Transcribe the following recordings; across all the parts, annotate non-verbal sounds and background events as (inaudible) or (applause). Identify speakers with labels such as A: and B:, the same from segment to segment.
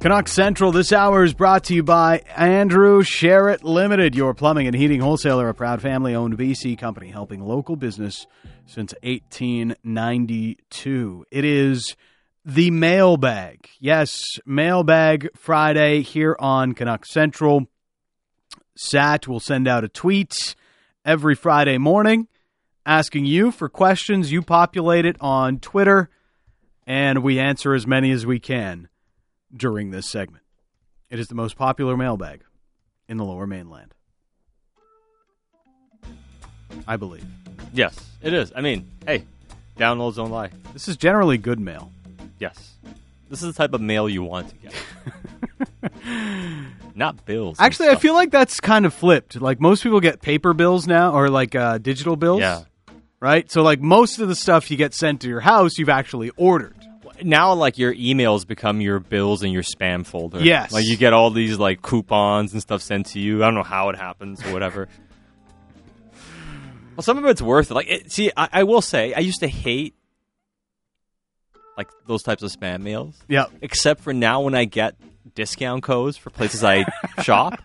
A: Canuck Central this hour is brought to you by Andrew Sherritt Limited, your plumbing and heating wholesaler, a proud family owned BC company helping local business since 1892. It is the mailbag. Yes, mailbag Friday here on Canuck Central. Sat will send out a tweet every Friday morning asking you for questions. You populate it on Twitter, and we answer as many as we can during this segment. It is the most popular mailbag in the lower mainland. I believe.
B: Yes, it is. I mean, hey, downloads don't lie.
A: This is generally good mail.
B: Yes. This is the type of mail you want to get.
A: (laughs)
B: Not bills. and
A: Actually, I
B: stuff.
A: feel like that's kind of flipped. Like most people get paper bills now or like uh, digital bills.
B: Yeah.
A: Right? So, like most of the stuff you get sent to your house, you've actually ordered.
B: Now, like, your emails become your bills and your spam folder.
A: Yes.
B: Like, you get all these, like, coupons and stuff sent to you. I don't know how it happens or whatever. (laughs) well, some of it's worth it. Like, it, see, I, I will say, I used to hate, like, those types of spam mails.
A: Yeah.
B: except for now when I get discount codes for
A: (laughs)
B: places I shop.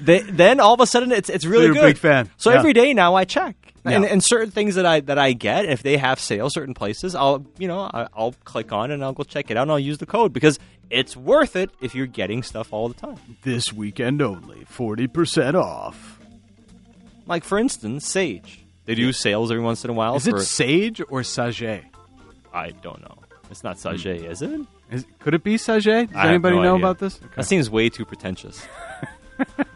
B: They, then all of a sudden it's it's really
A: you're a
B: good.
A: big fan.
B: So
A: Yeah.
B: every day now I check. And,
A: Yeah.
B: and certain things that I that I get, if they have sales, certain places, I'll you know I- I'll click on and I'll go check it out and I'll use the code because it's worth it if you're getting stuff all the time.
A: This weekend only, 40% off.
B: Like for instance, Sage. They do sales every once in a while.
A: Is
B: for,
A: it Sage or Sage?
B: I don't know. It's not Sage, is it?
A: Is, could it be Sage? Does
B: I have
A: Hmm. anybody
B: no
A: know
B: idea.
A: about this?
B: That seems way too pretentious.
A: (laughs)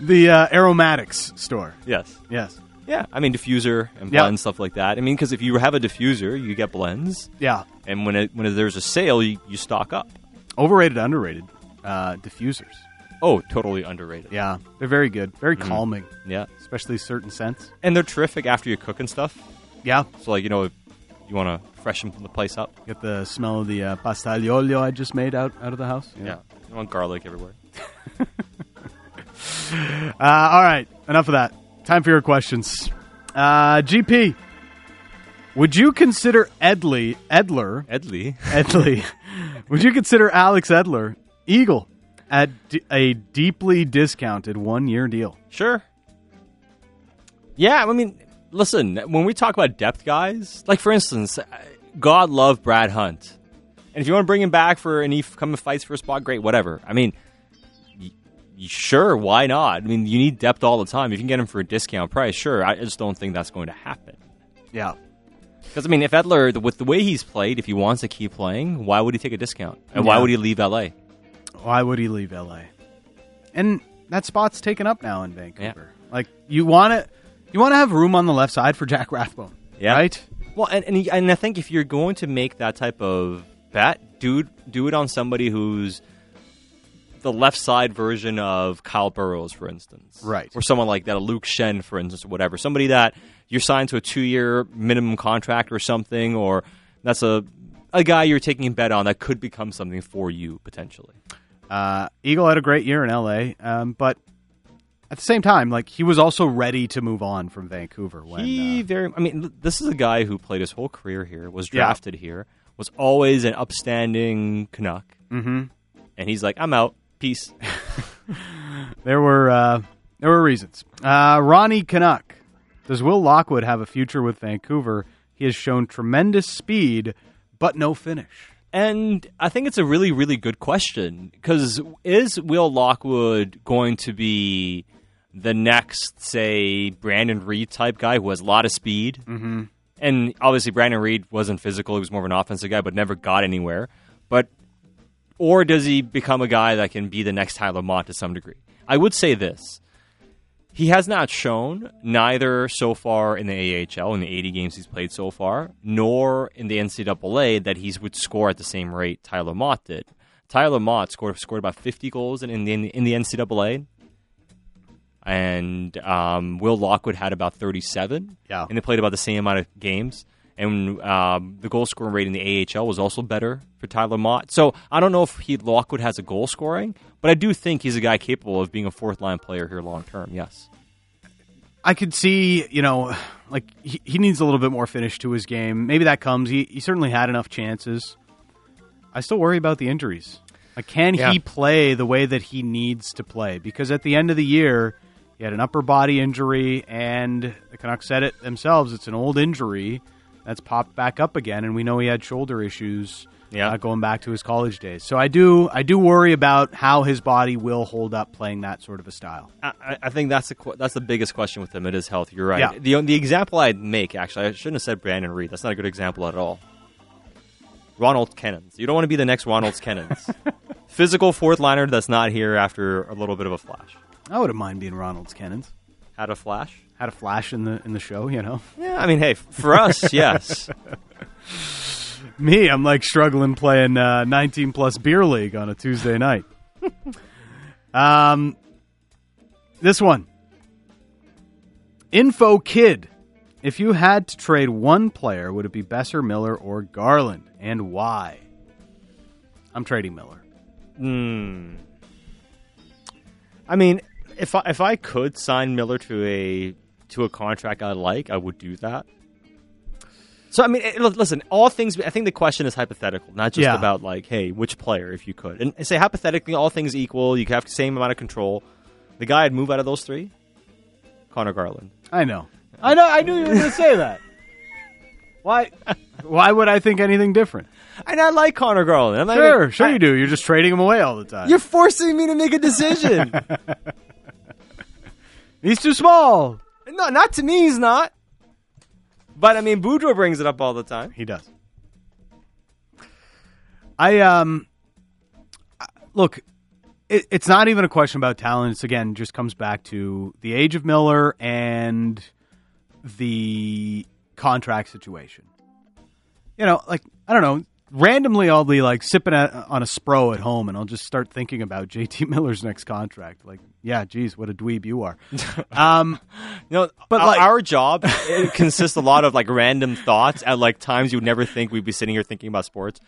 A: The uh, aromatics store.
B: yes.
A: Yes.
B: Yeah, I mean diffuser and
A: Yeah.
B: blends stuff like that. I mean, because if you have a diffuser, you get blends,
A: Yeah.
B: and when it, when there's a sale, you, you stock up.
A: Overrated, underrated uh, diffusers.
B: Oh, totally underrated.
A: Yeah. They're very good, very calming,
B: yeah,
A: especially certain scents.
B: and they're terrific after you cook and stuff.
A: Yeah.
B: So like you know, if you want to freshen the place up.
A: Get the smell of the uh, pastagliolo I just made out, out of the house.
B: Yeah, you want garlic everywhere.
A: Uh, all right, enough of that. Time for your questions. Uh, GP, would you consider Edley, Edler,
B: (laughs) Edley,
A: Edley, would you consider Alex Edler, Eagle, at d- a deeply discounted one year deal?
B: sure. Yeah, I mean, listen, when we talk about depth guys, like for instance, I- God love Brad Hunt, and if you want to bring him back for and he f- come and fights for a spot, great, whatever. I mean. sure, why not? I mean, you need depth all the time. If you can get him for a discount price, sure. I just don't think that's going to happen.
A: Yeah.
B: Because I mean, if Edler, with the way he's played, if he wants to keep playing, why would he take a discount? And why
A: Yeah.
B: would he leave LA?
A: Why would he leave LA? And that spot's taken up now in Vancouver. Like you want to, you want to have room on the left side for Jack Rathbone. Right.
B: Well, and and, he, and I think if you're going to make that type of bet, do do it on somebody who's the left side version of Kyle Burrows, for instance,
A: Right.
B: or someone like that, a Luke Shen, for instance, or whatever. Somebody that you're signed to a two year minimum contract or something, or that's a a guy you're taking a bet on that could become something for you potentially.
A: Uh, Eagle had a great year in LA, um, but at the same time, like he was also ready to move on from Vancouver. When
B: he
A: uh,
B: very. I mean, l- this is a guy who played his whole career here, was
A: Yeah.
B: drafted here, was always an upstanding Canuck, mm-hmm. and he's like, I'm out. Peace. (laughs)
A: there were uh, there were reasons. Uh, Ronnie Canuck, does Will Lockwood have a future with Vancouver? He has shown tremendous speed, but no finish.
B: And I think it's a really, really good question because is Will Lockwood going to be the next, say, Brandon Reed type guy who has a lot of speed? Mm-hmm. And obviously, Brandon Reed wasn't physical; he was more of an offensive guy, but never got anywhere. But or does he become a guy that can be the next Tyler Mott to some degree? I would say this. He has not shown, neither so far in the AHL, in the 80 games he's played so far, nor in the NCAA, that he would score at the same rate Tyler Mott did. Tyler Mott scored, scored about 50 goals in, in, the, in the NCAA, and um, Will Lockwood had about 37.
A: Yeah.
B: And they played about the same amount of games. And um, the goal scoring rate in the AHL was also better for Tyler Mott. So I don't know if he Lockwood has a goal scoring, but I do think he's a guy capable of being a fourth line player here long term. Yes.
A: I could see, you know, like he, he needs a little bit more finish to his game. Maybe that comes. He, he certainly had enough chances. I still worry about the injuries. Like, can
C: Yeah.
A: he play the way that he needs to play? Because at the end of the year, he had an upper body injury, and the Canucks said it themselves. It's an old injury that's popped back up again, and we know he had shoulder issues
B: Yeah.
A: uh, going back to his college days. So I do, I do worry about how his body will hold up playing that sort of a style.
B: I, I- I think that's the qu- that's the biggest question with him. It is health. You're right.
A: Yeah.
B: The the example I'd make actually, I shouldn't have said Brandon Reed. That's not a good example at all. Ronald Kennens. You don't want to be the next Ronald Kennens. Physical fourth liner that's not here after a little bit of a flash.
A: I wouldn't mind being Ronald's Kennens.
B: Had a flash?
A: Had a flash in the in the show, you know. (laughs)
B: Yeah. I mean, hey, for us, yes.
A: Me, I'm like struggling playing uh, 19 plus beer league on a Tuesday night. (laughs) um, this one, Info Kid. If you had to trade one player, would it be Besser, Miller, or Garland, and why? I'm trading Miller.
B: Hmm. I mean, if I, if I could sign Miller to a to a contract I like, I would do that. So I mean, eh, look, listen, all things. I think the question is hypothetical, not just
A: Yeah.
B: about like, hey, which player if you could, and and say hypothetically, all things equal, you could have the same amount of control. The guy I'd move out of those three, Connor Garland.
A: I know. I know. I knew you were going to say that. Why? (laughs) Why would I think anything different?
B: (laughs) And I like Connor Garland. I'm not
A: Sure,
B: even-
A: sure
B: I-
A: you do. You're just trading him away all the time.
B: You're forcing me to make a (laughs) decision.
A: He's too small.
B: no, not to me. He's not. But I mean, Boudreaux brings it up all the time.
A: He does. I um I- look, it, it's not even a question about talent. It's again just comes back to the age of Miller and the contract situation. You know, like I don't know. Randomly, I'll be like sipping at, on a spro at home, and I'll just start thinking about (laughs) JT Miller's next contract. Like, yeah, geez, what a dweeb you are. um,
B: You know,
A: But,
B: but
A: like-
B: our job it consists a lot of like random thoughts at like times you would never think we'd be sitting here thinking about sports,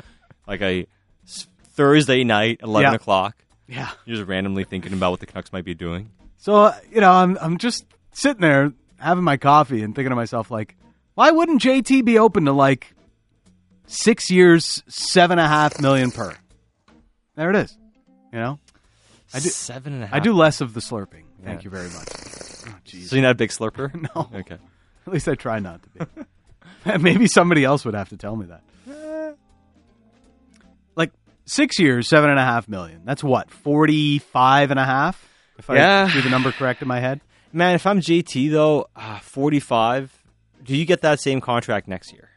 B: like a s- Thursday night, eleven
A: Yeah.
B: o'clock.
A: yeah.
B: You're just randomly thinking about what the Canucks might be doing.
A: So uh, you know, I'm I'm just sitting there having my coffee and thinking to myself, like, why wouldn't JT be open to like six years, seven and a half million per? There it is. You know, I do-
B: seven and a half.
A: I do less of the slurping. Thank
B: Yeah.
A: you very much. (laughs) Oh, jeez.
B: So you're not a big (laughs) slurper?
A: No.
B: Okay.
A: At least I try not to be. (laughs) Maybe somebody else would have to tell me that.
B: Eh.
A: Like six years, seven and a half million. That's what forty-five and a half. If I
B: Yeah.
A: do the number correct in my head.
B: Man, if I'm JT though, uh, 45. Do you get that same contract next year?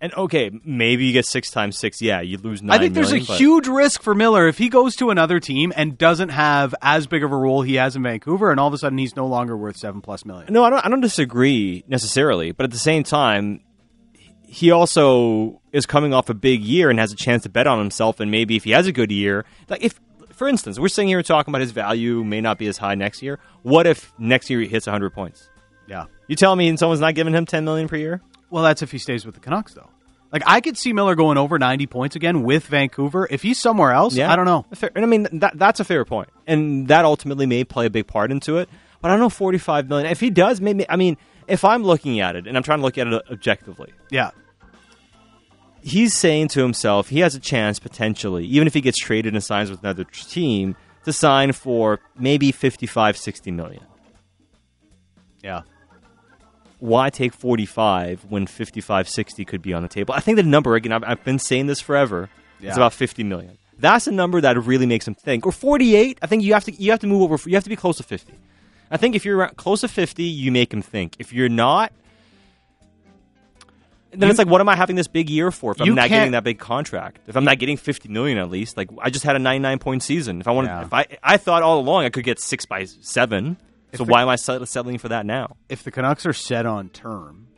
B: And okay, maybe you get six times six. Yeah, you lose nine.
A: I think there's
B: million,
A: a
B: but-
A: huge risk for Miller if he goes to another team and doesn't have as big of a role he has in Vancouver, and all of a sudden he's no longer worth seven plus million.
B: No, I don't. I don't disagree necessarily, but at the same time, he also is coming off a big year and has a chance to bet on himself. And maybe if he has a good year, like if, for instance, we're sitting here talking about his value may not be as high next year. What if next year he hits 100 points?
A: Yeah.
B: You tell me, and someone's not giving him 10 million per year.
A: Well, that's if he stays with the Canucks, though. Like I could see Miller going over ninety points again with Vancouver. If he's somewhere else, I don't know.
B: Fair- and I mean, that, that's a fair point, and that ultimately may play a big part into it. But I don't know, 45 million. If he does, maybe. I mean, if I'm looking at it, and I'm trying to look at it objectively,
A: Yeah.
B: he's saying to himself he has a chance potentially, even if he gets traded and signs with another t- team, to sign for maybe 55, 60 million.
A: Yeah.
B: Why take 45 when 55, 60 could be on the table? I think the number, again, I've, I've been saying this forever,
A: Yeah.
B: it's about 50 million. That's a number that really makes him think. Or 48, I think you have to you have to move over you have to be close to 50. I think if you're around, close to 50, you make him think. If you're not then
A: You-
B: it's like, what am I having this big year for? If
A: You
B: I'm not getting
A: can't-
B: that big contract, if I'm not getting fifty million at least, like I just had a ninety nine point season. If I wanted,
A: Yeah.
B: if I I thought all along I could get six by seven, so
A: the-
B: why am I sett- settling for that now?
A: If the Canucks are set on term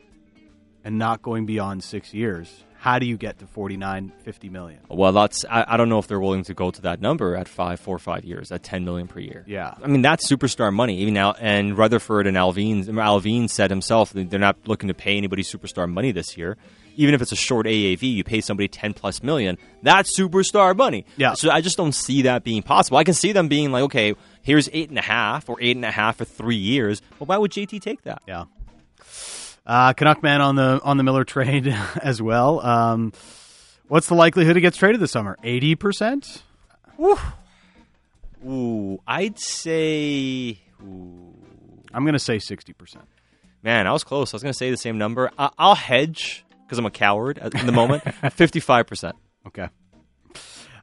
A: and not going beyond six years, how do you get to 49, 50 million?
B: Well, that's I, I don't know if they're willing to go to that number at five, four, five years at ten million per year.
A: Yeah.
B: I mean that's superstar money. Even now, and Rutherford and Alvin Alvin said himself that they're not looking to pay anybody superstar money this year. Even if it's a short AAV, you pay somebody ten plus million. That's superstar money.
A: Yeah.
B: So I just don't see that being possible. I can see them being like, okay, here's eight and a half or eight and a half for three years. But why would JT take that?
A: Yeah. (laughs) Uh, Canuck man on the on the Miller trade as well. Um, What's the likelihood he gets traded this summer? 80%?
B: Ooh, I'd say. Ooh.
A: I'm going to say 60%.
B: Man, I was close. I was going to say the same number. I- I'll hedge because I'm a coward at- in the moment. Fifty-five percent.
A: Okay.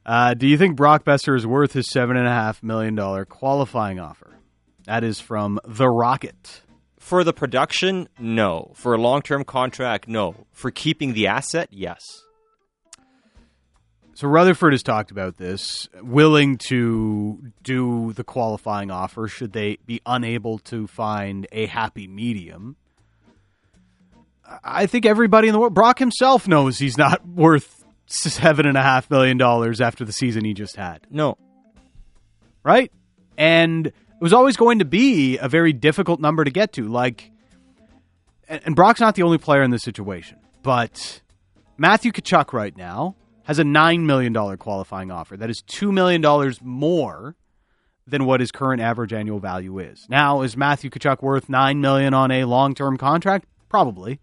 A: Uh, do you think Brock Besser is worth his $7.5 million qualifying offer? That is from The Rocket.
B: For the production, no. For a long-term contract, no. For keeping the asset, yes.
A: So Rutherford has talked about this, willing to do the qualifying offer should they be unable to find a happy medium. I- I think everybody in the world, Brock himself knows he's not (laughs) worth seven and a half million dollars after the season he just had
B: No.
A: right? And it was always going to be a very difficult number to get to. Like, and, and Brock's not the only player in this situation, but Matthew Kachuk right now has a $9 million qualifying offer. That is $2 million more than what his current average annual value is. Now, is Matthew Kachuk worth $9 million on a long term contract? Probably.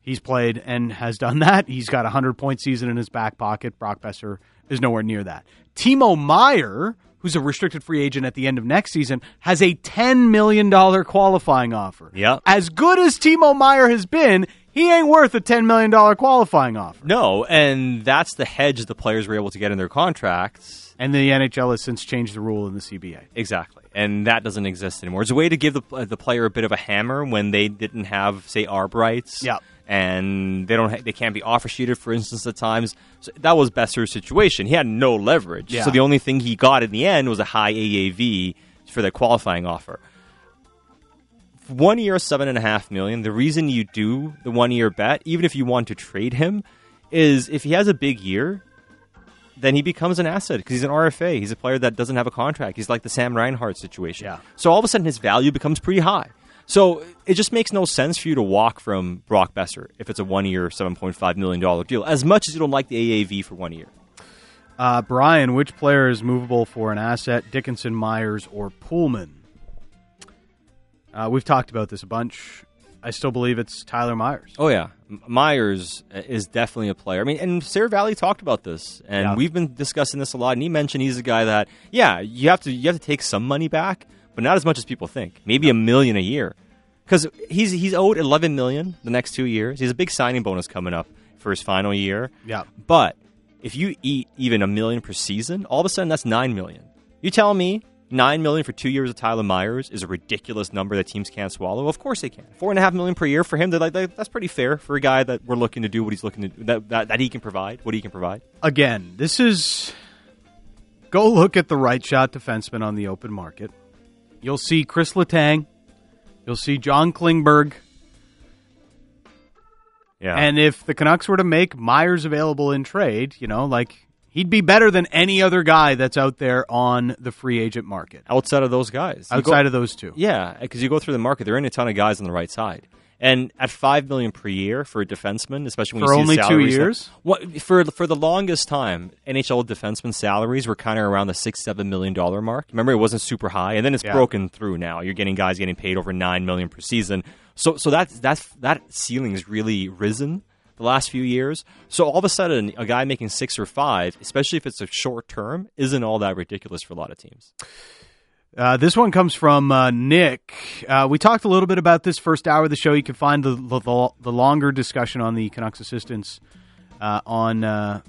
A: He's played and has done (laughs) that. He's got a 100 point season in his back pocket. Brock Besser is nowhere near that. Timo Meyer, who's a restricted free agent at the end of next season, has a $10 million qualifying offer.
B: Yep.
A: As good as Timo Meyer has been, he ain't worth a $10 million qualifying offer.
B: No, and that's the hedge the players were able to get in their contracts.
A: And the NHL has since changed the rule in the CBA.
B: Exactly. And that doesn't exist anymore. It's a way to give the, uh, the player a bit of a hammer when they didn't have, say, arb rights.
A: Yep.
B: And they don't ha- they can't be offer sheeted, for instance, at times. So that was Besser's situation. He had no leverage.
A: Yeah.
B: So the only thing he got in the end was a high AAV for the qualifying offer. One year, seven and a half million. The reason you do the one year bet, even if you want to trade him, is if he has a big year, then he becomes an asset because he's an RFA. He's a player that doesn't have a contract. He's like the Sam Reinhart situation.
A: Yeah.
B: So all of a sudden, his value becomes pretty high. So it just makes no sense for you to walk from Brock Besser if it's a one year, $7.5 million deal, as much as you don't like the AAV for one year.
A: Uh, Brian, which player is movable for an asset? Dickinson, Myers, or Pullman? Uh, we've talked about this a bunch. I still believe it's Tyler Myers.
B: Oh yeah, M- Myers uh, is definitely a player. I mean, and Sarah Valley talked about this, and
A: Yeah.
B: we've been discussing this a lot. And he mentioned he's a guy that, yeah, you have to you have to take some money back, but not as much as people think. Maybe a million a year, because he's he's owed eleven million the next two years. He has a big signing bonus coming up for his final year.
A: Yeah.
B: but if you eat even a million per season, all of a sudden that's nine million. You tell me. Nine million for two years of Tyler Myers is a ridiculous number that teams can't swallow. Of course they can. Four and a half million per year for him. They're like, that- that's pretty fair for a guy that we're looking to do what he's looking to that, that that he can provide. What he can provide.
A: Again, this is. Go look at the right shot defenseman on the open market. You'll see Chris Letang. You'll see John Klingberg.
B: Yeah.
A: And if the Canucks were to make Myers available in trade, you know, like he'd be better than any other guy that's out there on the free agent market
B: outside of those guys, you
A: outside
B: go,
A: of those two.
B: yeah, because you go through the market, there ain't a ton of guys on the right side. And at five million per year for a defenseman, especially when
A: For
B: you see
A: only two
B: salaries that-
A: years?
B: what for for the longest time, NHL defenseman salaries were kind of around the six seven million dollar mark. Remember, it wasn't super high, and then it's
A: Yeah.
B: broken through now. You're getting guys getting paid over nine million per season. So so that's that's that ceiling's really risen the last few years. So all of a sudden, a guy making six or five, especially if it's a short term, isn't all that ridiculous for a lot of teams.
A: Uh, this one comes from uh, Nick. Uh, we talked a little bit about this first hour of the show. You can find the the, the longer discussion on the Canucks assistants uh, on uh,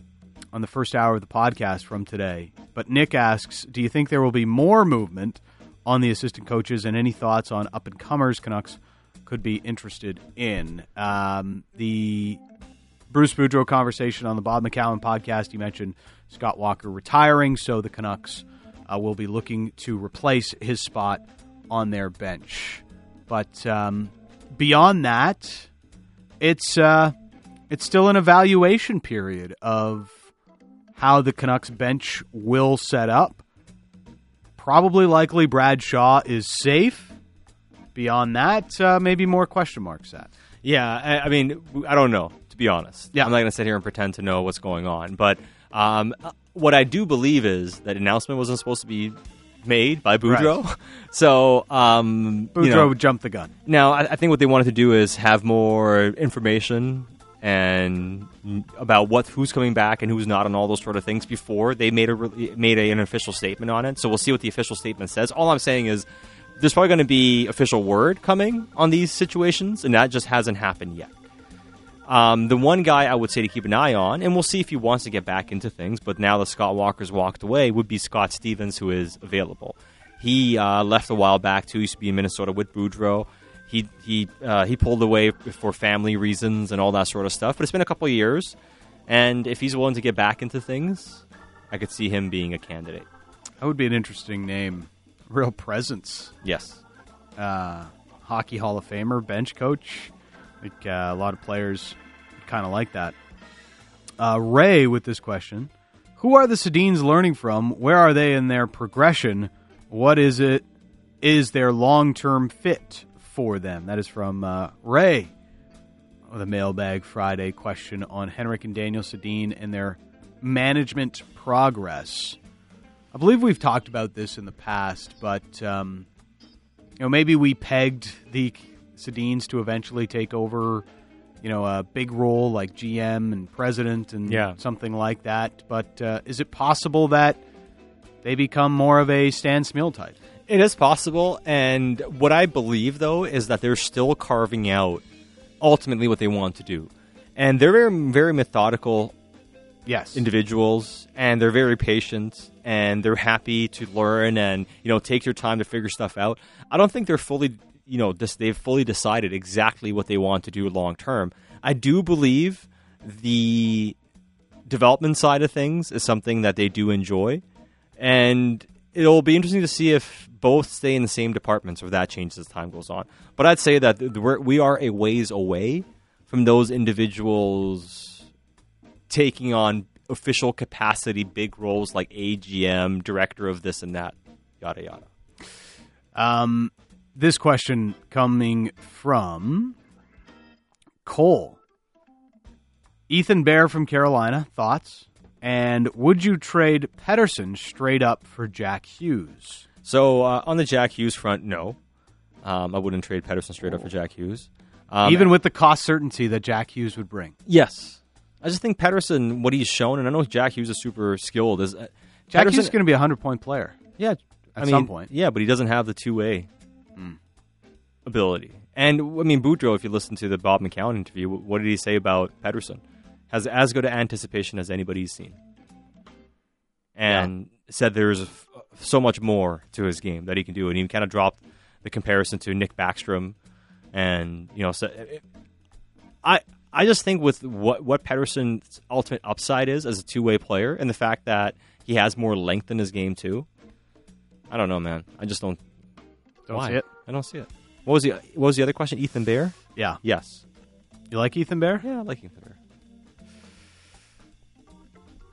A: on the first hour of the podcast from today. But Nick asks, do you think there will be more movement on the assistant coaches, and any thoughts on up and comers Canucks could be interested in? Um, the Bruce Boudreaux conversation on the Bob McCowan podcast. You mentioned Scott Walker retiring, so the Canucks uh, will be looking to replace his spot on their bench. But um, beyond that, it's uh, it's still an evaluation period of how the Canucks bench will set up. Probably likely Brad Shaw is safe. Beyond that, uh, maybe more question marks. That
B: Yeah, I, I mean, I don't know to be honest.
A: Yeah.
B: I'm not going to sit here and pretend to know what's going on. But um, what I do believe is that announcement wasn't supposed to be made by Boudreaux. (laughs) So um,
A: Boudreaux
B: you know,
A: would jump the gun.
B: now I, I think what they wanted to do is have more information and about what who's coming back and who's not and all those sort of things before they made a re- made a, an official statement on it. So we'll see what the official statement says. All I'm saying is there's probably going to be official word coming on these situations, and that just hasn't happened yet. Um, the one guy I would say to keep an eye on, and we'll see if he wants to get back into things, but now that Scott Walker's walked away, would be Scott Stevens, who is available. He uh, left a while back too. Used to be in Minnesota with Boudreaux. He he uh, he pulled away for family reasons and all that sort of stuff. But it's been a couple of years, and if he's willing to get back into things, I could see him being a candidate.
A: That would be an interesting name. Real presence.
B: Yes.
A: Uh, hockey Hall of Famer, bench coach. Like uh, a lot of players kind of like that. Uh, Ray with this question Who are the Sedines learning from? Where are they in their progression? What is it? Is their long term fit for them? That is from uh, Ray with a Mailbag Friday question on Henrik and Daniel Sedin and their management progress. I believe we've talked about this in the past, but um, you know maybe we pegged the Sedines to eventually take over, you know, a big role like GM and president and
B: Yeah.
A: something like that. But uh, is it possible that they become more of a Stan Smiel type?
B: It is possible, and what I believe though is that they're still carving out ultimately what they want to do, and they're very, very methodical
A: Yes.
B: individuals, and they're very patient, and they're happy to learn, and you know take their time to figure stuff out. I don't think they're fully, you know, this, they've fully decided exactly what they want to do long term. I do believe the development side of things is something that they do enjoy, and it'll be interesting to see if both stay in the same departments or that changes as time goes on. But I'd say that th- we're, we are a ways away from those individuals taking on official capacity, big roles like AGM, director of this and that, yada yada.
A: Um, this question coming from Cole. Ethan Bear from Carolina, thoughts? And would you trade Pedersen straight up for Jack Hughes?
B: So uh, on the Jack Hughes front, no, um, I wouldn't trade Pedersen straight up for Jack Hughes. Um,
A: Even with the cost certainty that Jack Hughes would bring.
B: yes, I just think Pedersen, what he's shown, and I know Jack Hughes is super skilled. Is uh,
A: Jack
B: Pedersen-
A: Hughes is going to be a 100 point player.
B: Yeah, I
A: at
B: mean,
A: some point. Mm.
B: Yeah, but he doesn't have the two way ability. And I mean, Boudreaux, if you listen to the Bob McCown interview, wh- what did he say about Pedersen? Has as good an anticipation as anybody's seen, and said there's f- so much more to his game that he can do, and he kind of dropped the comparison to Nick Backstrom, and you know, so it- I I just think with what what Pedersen's ultimate upside is as a two way player, and the fact that he has more length in his game too. I don't know, man. I just don't.
A: Don't
B: why?
A: see it?
B: I don't see it. What was the What was the other question? Ethan Bear.
A: Yeah.
B: Yes.
A: You like Ethan Bear?
B: Yeah, I like Ethan Bear.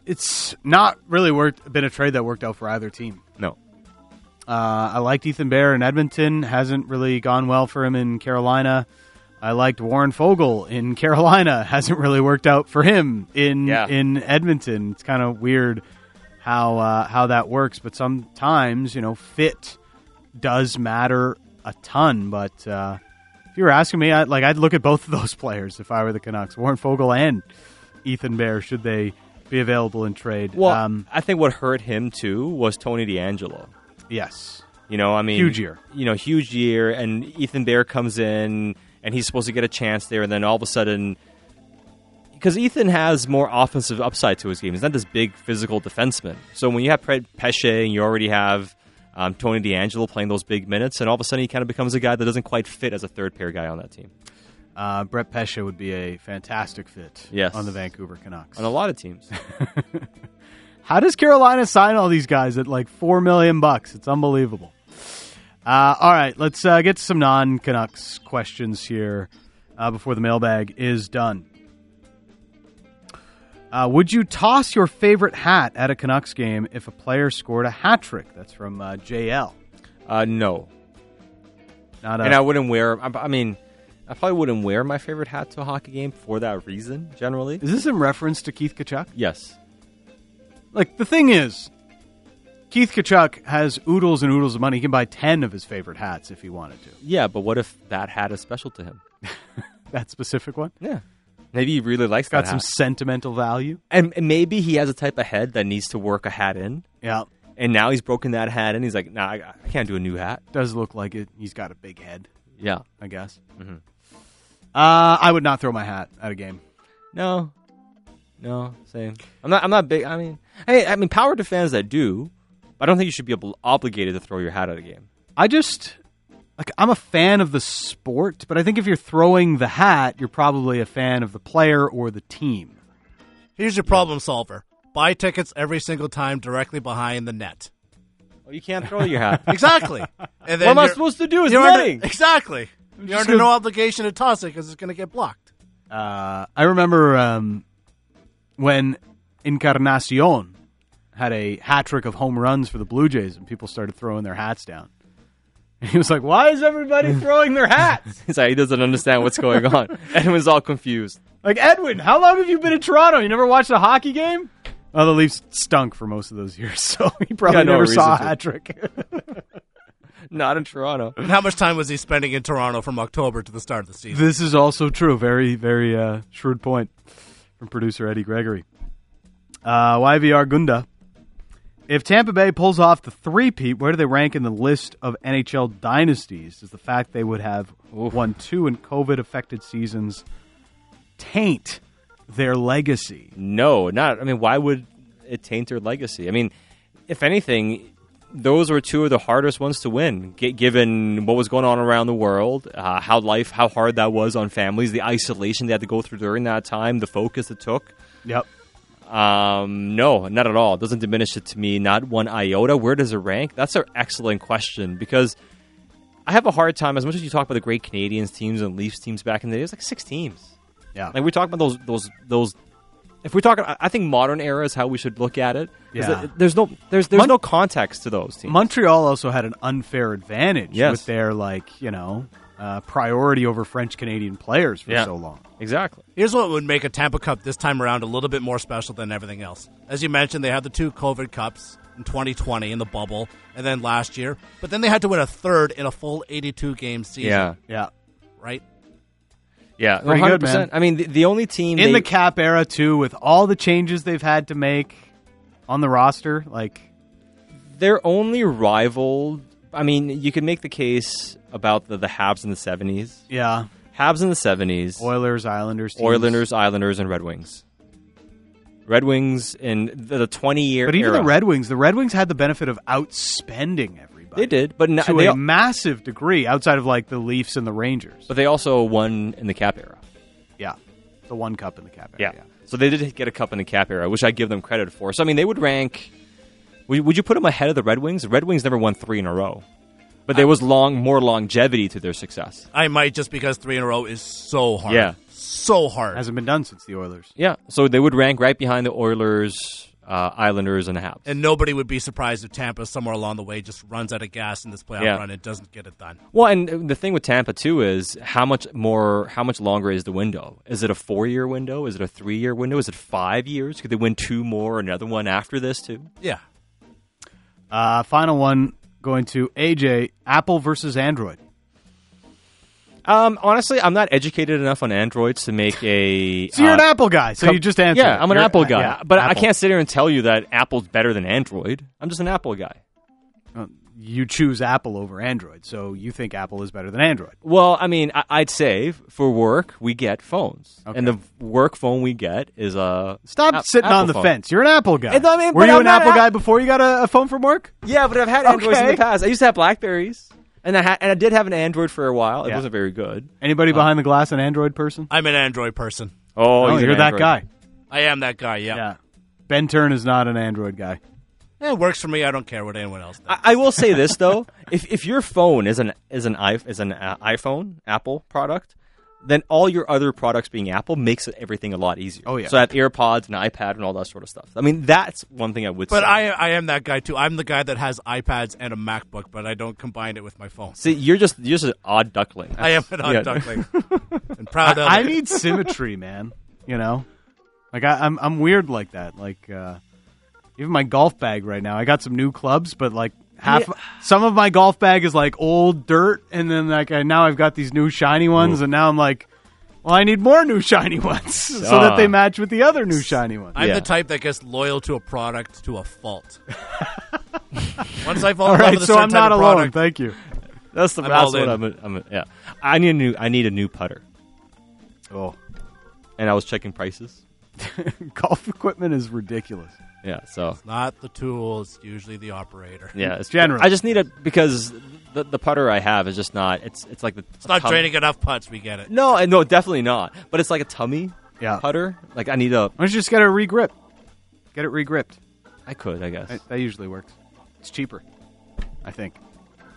A: It's not really worked, been a trade that worked out for either team.
B: No.
A: Uh, I liked Ethan Bear in Edmonton. Hasn't really gone well for him in Carolina. I liked Warren Fogle in (laughs) Carolina. Hasn't really worked out for him in
B: Yeah.
A: in Edmonton. It's kind of weird how uh, how that works, but sometimes you know fit does matter a ton. But uh, if you were asking me, I, like I'd look at both of those (laughs) players if I were the Canucks, Warren Fogle and Ethan Bear, should they be available in trade?
B: Well,
A: Um,
B: I think what hurt him too was Tony D'Angelo.
A: yes,
B: You know, I mean,
A: Huge year.
B: You know, huge year, and Ethan Bear comes in, and he's supposed to get a chance there, and then all of a sudden, because Ethan has more offensive upside to his game, he's not this big physical defenseman. So when you have Fred Pesce and you already have um, Tony D'Angelo playing those big minutes, and all of a sudden he kind of becomes a guy that doesn't quite fit as a third pair guy on that team,
A: Uh, Brett Pesce would be a fantastic fit
B: Yes.
A: on the Vancouver Canucks.
B: on a lot of teams.
A: How does Carolina sign all these guys at like four million bucks? It's unbelievable. Uh, all right, let's uh, get to some non Canucks questions here uh, before the mailbag is done. Uh, would you toss your favorite hat at a Canucks game if a player scored a hat trick? That's from uh, JL.
B: Uh, no,
A: Not a,
B: and I wouldn't wear. I, I mean, I probably wouldn't wear my favorite hat to a hockey game for that reason. Generally,
A: is this in reference to Keith Kachuk?
B: yes.
A: Like the thing is, Keith Kachuk has oodles and oodles of money. He can buy ten of his favorite hats if he wanted to.
B: Yeah, but what if that hat is special to him?
A: That specific one.
B: Yeah. Maybe he really likes
A: Got
B: that
A: some
B: hat.
A: sentimental value.
B: And, and maybe he has a type of head that needs to work a hat in.
A: Yeah.
B: And now he's broken that hat and he's like, nah, I, I can't do a new hat.
A: Does look like it. He's got a big head,
B: Yeah.
A: I guess.
B: Mm-hmm.
A: Uh, I would not throw my hat at a game.
B: No. No, same. I'm not. I'm not big. I mean, hey, I mean, power to fans that do. But I don't think you should be obl- obligated to throw your hat at a game.
A: I just like I'm a fan of the sport, but I think if you're throwing the hat, you're probably a fan of the player or the team.
C: Here's your problem solver. Buy tickets every single time directly behind the net.
B: Well, you can't throw your hat. (laughs)
C: Exactly. And then
B: what am I
C: you're-
B: supposed to do? It's
C: you're under-
B: netting. (laughs)
C: exactly. You're under no obligation to toss it because it's going to get blocked.
A: Uh, I remember um, when Encarnacion had a hat trick of home runs for the Blue Jays, and people started throwing their hats down. (laughs) He was like, "Why is
B: (laughs)
A: everybody throwing their hats?"
B: He's like, he doesn't understand what's going (laughs) on. Edwin's all confused.
A: like Edwin, how long have you been in Toronto? You never watched a hockey game? Well, the Leafs stunk for most of those years, (laughs) so he probably
B: Yeah, no
A: never saw a
B: reason to.
A: hat trick.
B: Not in Toronto.
C: And how much time was he spending in Toronto from October to the start of the season?
A: This is also true. Very, very uh, shrewd point from producer Eddie Gregory. Uh, YVR Gunda. If Tampa Bay pulls off the three-peat, where do they rank in the list of NHL dynasties? Does the fact they would have
B: Oof.
A: won two in COVID-affected seasons taint their legacy?
B: No, not. I mean, why would it taint their legacy? I mean, if anything, those were two of the hardest ones to win, g- given what was going on around the world, uh, how life, how hard that was on families, the isolation they had to go through during that time, the focus it took.
A: Yep.
B: Um, no, not at all. It doesn't diminish it to me, not one iota. Where does it rank? That's an excellent question because I have a hard time. As much as you talk about the great Canadians teams and Leafs teams back in the day, it's like six teams.
A: Yeah.
B: Like we're talking about those those those. If we're talking, I I think modern era is how we should look at it. Is
A: Yeah.
B: that There's no there's there's
A: Mon-
B: no context to those teams.
A: Montreal also had an unfair advantage
B: Yes.
A: with their like you know uh, priority over French Canadian players for
B: Yeah.
A: so long.
B: exactly.
C: Here's what would make a Tampa Cup this time around a little bit more special than everything else. As you mentioned, they had the two COVID Cups in 2020 in the bubble, and then last year. But then they had to win a third in a full 82 game season.
B: Yeah.
A: Yeah.
C: Right.
B: Yeah.
A: Pretty good,
B: 100%.
A: man.
B: I mean, the, the only team
A: in
B: they-
A: the cap era too with all the changes they've had to make on the roster like
B: their only rival. I mean, you could make the case about the the Habs in the '70s.
A: yeah
B: Habs in the '70s.
A: oilers islanders teams.
B: Oilers, Islanders, and Red Wings. Red Wings in the, the twenty year.
A: but even
B: era.
A: the red wings the red wings had the benefit of outspending everybody
B: they did, but no,
A: to
B: they,
A: a
B: al-
A: massive degree outside of like the leafs and the rangers
B: but they also won in the Cap era.
A: yeah the one cup in the cap
B: Yeah.
A: era
B: So they did get a cup in the cap era, which I give them credit for. So I mean, they would rank. Would would you put them ahead of the Red Wings? The Red Wings never won three in a row, but there was long more longevity to their success.
C: I might just because three in a row is so hard.
B: Yeah.
C: So hard.
A: hasn't been done since the oilers
B: Yeah. So they would rank right behind the Oilers, uh, Islanders, and the Habs.
C: and nobody would be surprised if Tampa somewhere along the way just runs out of gas in this playoff
B: Yeah.
C: run and doesn't get it done.
B: well, and the thing with Tampa too is how much more, how much longer is the window? Is it a four year window? Is it a three year window? Is it five years? Could they win two more, another one after this too?
C: Yeah.
A: uh final one going to aj apple versus android
B: Um, honestly, I'm not educated enough on androids to make a.
A: so you're an
B: uh,
A: apple guy so you just answered
B: Yeah, I'm an
A: You're-
B: Apple guy,
A: yeah,
B: but I
A: Apple.
B: can't sit here and tell you that Apple's better than Android. I'm just an Apple guy.
A: Uh, you choose apple over android so you think apple is better than android
B: Well, I mean, I- I'd say for work we get phones, and the work phone we get is a
A: Stop
B: Ap-
A: sitting
B: Apple
A: on the
B: phone.
A: fence. You're an Apple guy.
B: I don't mean-
A: Were
B: but
A: you
B: I'm
A: an
B: not
A: Apple
B: a-
A: guy before you got a, a phone from work?
B: Yeah, but I've had Androids in
A: Okay.
B: the past. I used to have Blackberries, and I had and I did have an Android for a while. It
A: Yeah.
B: wasn't very good.
A: Anybody behind the glass an Android person?
C: I'm an Android person.
B: Oh,
A: Oh, you're that guy.
C: I am that guy, yeah.
A: Yeah. Ben Turn is not an Android guy.
C: It works for me. I don't care what anyone else thinks.
B: I, I will say this though: (laughs) if if your phone is an is an i is an uh, iPhone Apple product, then all your other products being Apple makes everything a lot easier.
A: Oh, yeah.
B: So I have AirPods and iPad and all that sort of stuff. I mean, that's one thing I would.
C: But
B: say.
C: I, I am that guy too. I'm the guy that has iPads and a MacBook, but I don't combine it with my phone.
B: see you're just you're just an odd duckling.
C: I am an odd
B: Yeah.
C: duckling.
A: (laughs)
C: and proud of
A: I
C: it.
A: need symmetry, (laughs) man. You know? Like I, I'm I'm weird like that. Like uh even my golf bag right now. I got some new clubs, but like half
B: Yeah.
A: some of my golf bag is like old dirt and then like I, now I've got these new shiny ones and now I'm like Well, I need more new shiny (laughs) ones so that
B: Uh.
A: they match with the other new shiny ones.
C: I'm
B: Yeah.
C: the type that gets loyal to a product to
A: (laughs)
C: a fault. Once I fall
A: All
C: in love
A: right,
C: with a
A: so
C: certain
A: I'm not
C: type of
A: alone.
C: product,
A: Thank you. (laughs)
B: That's the
C: I'm
B: that's
C: all
B: what
C: in.
B: I'm, I'm. Yeah, I need a new. I need a new putter,
A: Oh,
B: and I was checking prices.
A: golf equipment is ridiculous.
B: Yeah, so
C: not the tool, it's usually the operator.
B: yeah, it's
A: Generally.
B: I just need it because the, the putter I have is just not. It's it's like the
C: It's not draining enough putts, we get it.
B: No, I- no, definitely not. But it's like a tummy
A: Yeah.
B: putter. Like I need a.
A: Why don't you just get it regrip? Get it regripped.
B: I could, I guess.
A: That, that usually works. It's cheaper, I think.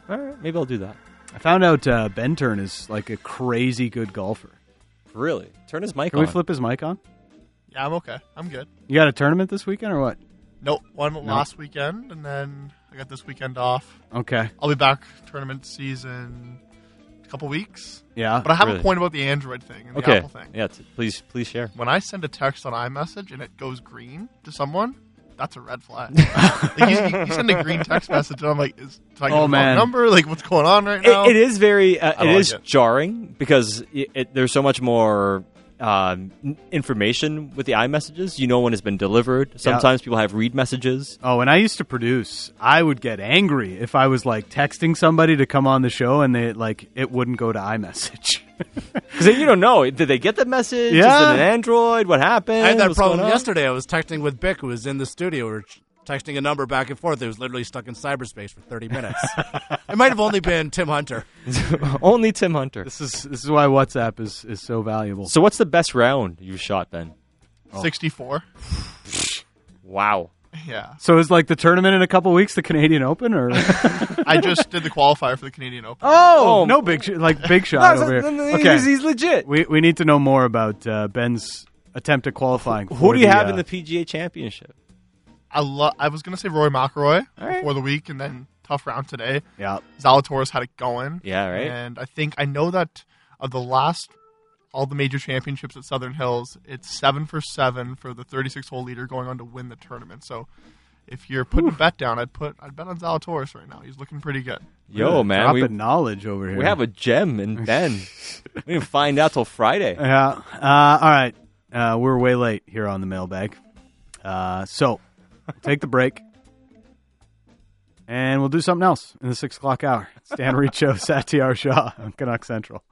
B: All right, maybe I'll do that.
A: I found out uh, Ben Turn is like a crazy good golfer.
B: Really, turn his mic
A: Can
B: on.
C: Uh-huh.
A: we flip his mic on?
D: Yeah, I'm okay. I'm good.
A: You got a tournament this weekend or what?
D: Nope, one last weekend, and then I got this weekend off.
A: Okay.
D: I'll be back tournament season in a couple weeks.
A: Yeah.
D: But I have
B: Really?
D: a point about the Android thing and the
B: okay,
D: Apple thing.
B: yeah, t- please, please share.
D: When I send a text on iMessage and it goes green to someone, that's a
C: (laughs)
D: red flag. like you, you send a green text message, and I'm like, is did I get
A: Oh,
D: the wrong
A: man.
D: number? Like, what's going on right
B: It,
D: now?
B: it is very. Uh,
D: I
B: it
D: like
B: is
D: it.
B: jarring because it, it, there's so much more um, n- information with the iMessages. You know when it's been delivered. Sometimes people have read messages.
A: Oh, and I used to produce. I would get angry if I was like texting somebody to come on the show and they like it wouldn't go to iMessage. (laughs)
B: Because you don't know. Did they get the message?
A: Yeah.
B: Is it an Android? What happened?
C: I had that
B: What's
C: problem
B: going on?
C: yesterday. I was texting with Bick, who was in the studio. We were ch- texting a number back and forth. It was literally stuck in cyberspace for
B: (laughs)
C: 30 minutes. it might have only been Tim Hunter.
B: Only Tim Hunter.
A: this is this is why WhatsApp is is so valuable.
B: So what's the best round you've shot, Ben? Oh. (laughs)
D: 64.
B: Wow.
D: Yeah.
A: So is like the tournament in a couple weeks, the Canadian Open, or oh,
D: I just did the qualifier for the Canadian Open.
B: Oh.
A: no big sh- like big shot over here. Okay,
B: legit.
A: we we need to know more about uh, Ben's attempt at qualifying.
B: Who
A: for
B: do you have
A: uh,
B: in the PGA Championship?
D: I lo- I was gonna say Roy McIlroy
B: right.
D: before the week, and then tough round today.
A: yeah?
D: Zalatoris had it going.
B: Yeah, right.
D: And I think I know that of the last all the major championships at Southern Hills, it's seven for seven for the 36 hole leader going on to win the tournament. So if you're putting a bet down, I'd put I'd bet on Zalatoris right now. He's looking pretty good.
B: Yo, man, we,
A: dropping knowledge over here.
B: we have a gem in Ben. we didn't find out till Friday.
A: Yeah. Uh, all right. Uh, we're way late here on the mailbag. Uh, so we'll take the break. (laughs) And we'll do something else in the six o'clock hour. It's Dan Riccio, Satyar Shah on Canuck Central.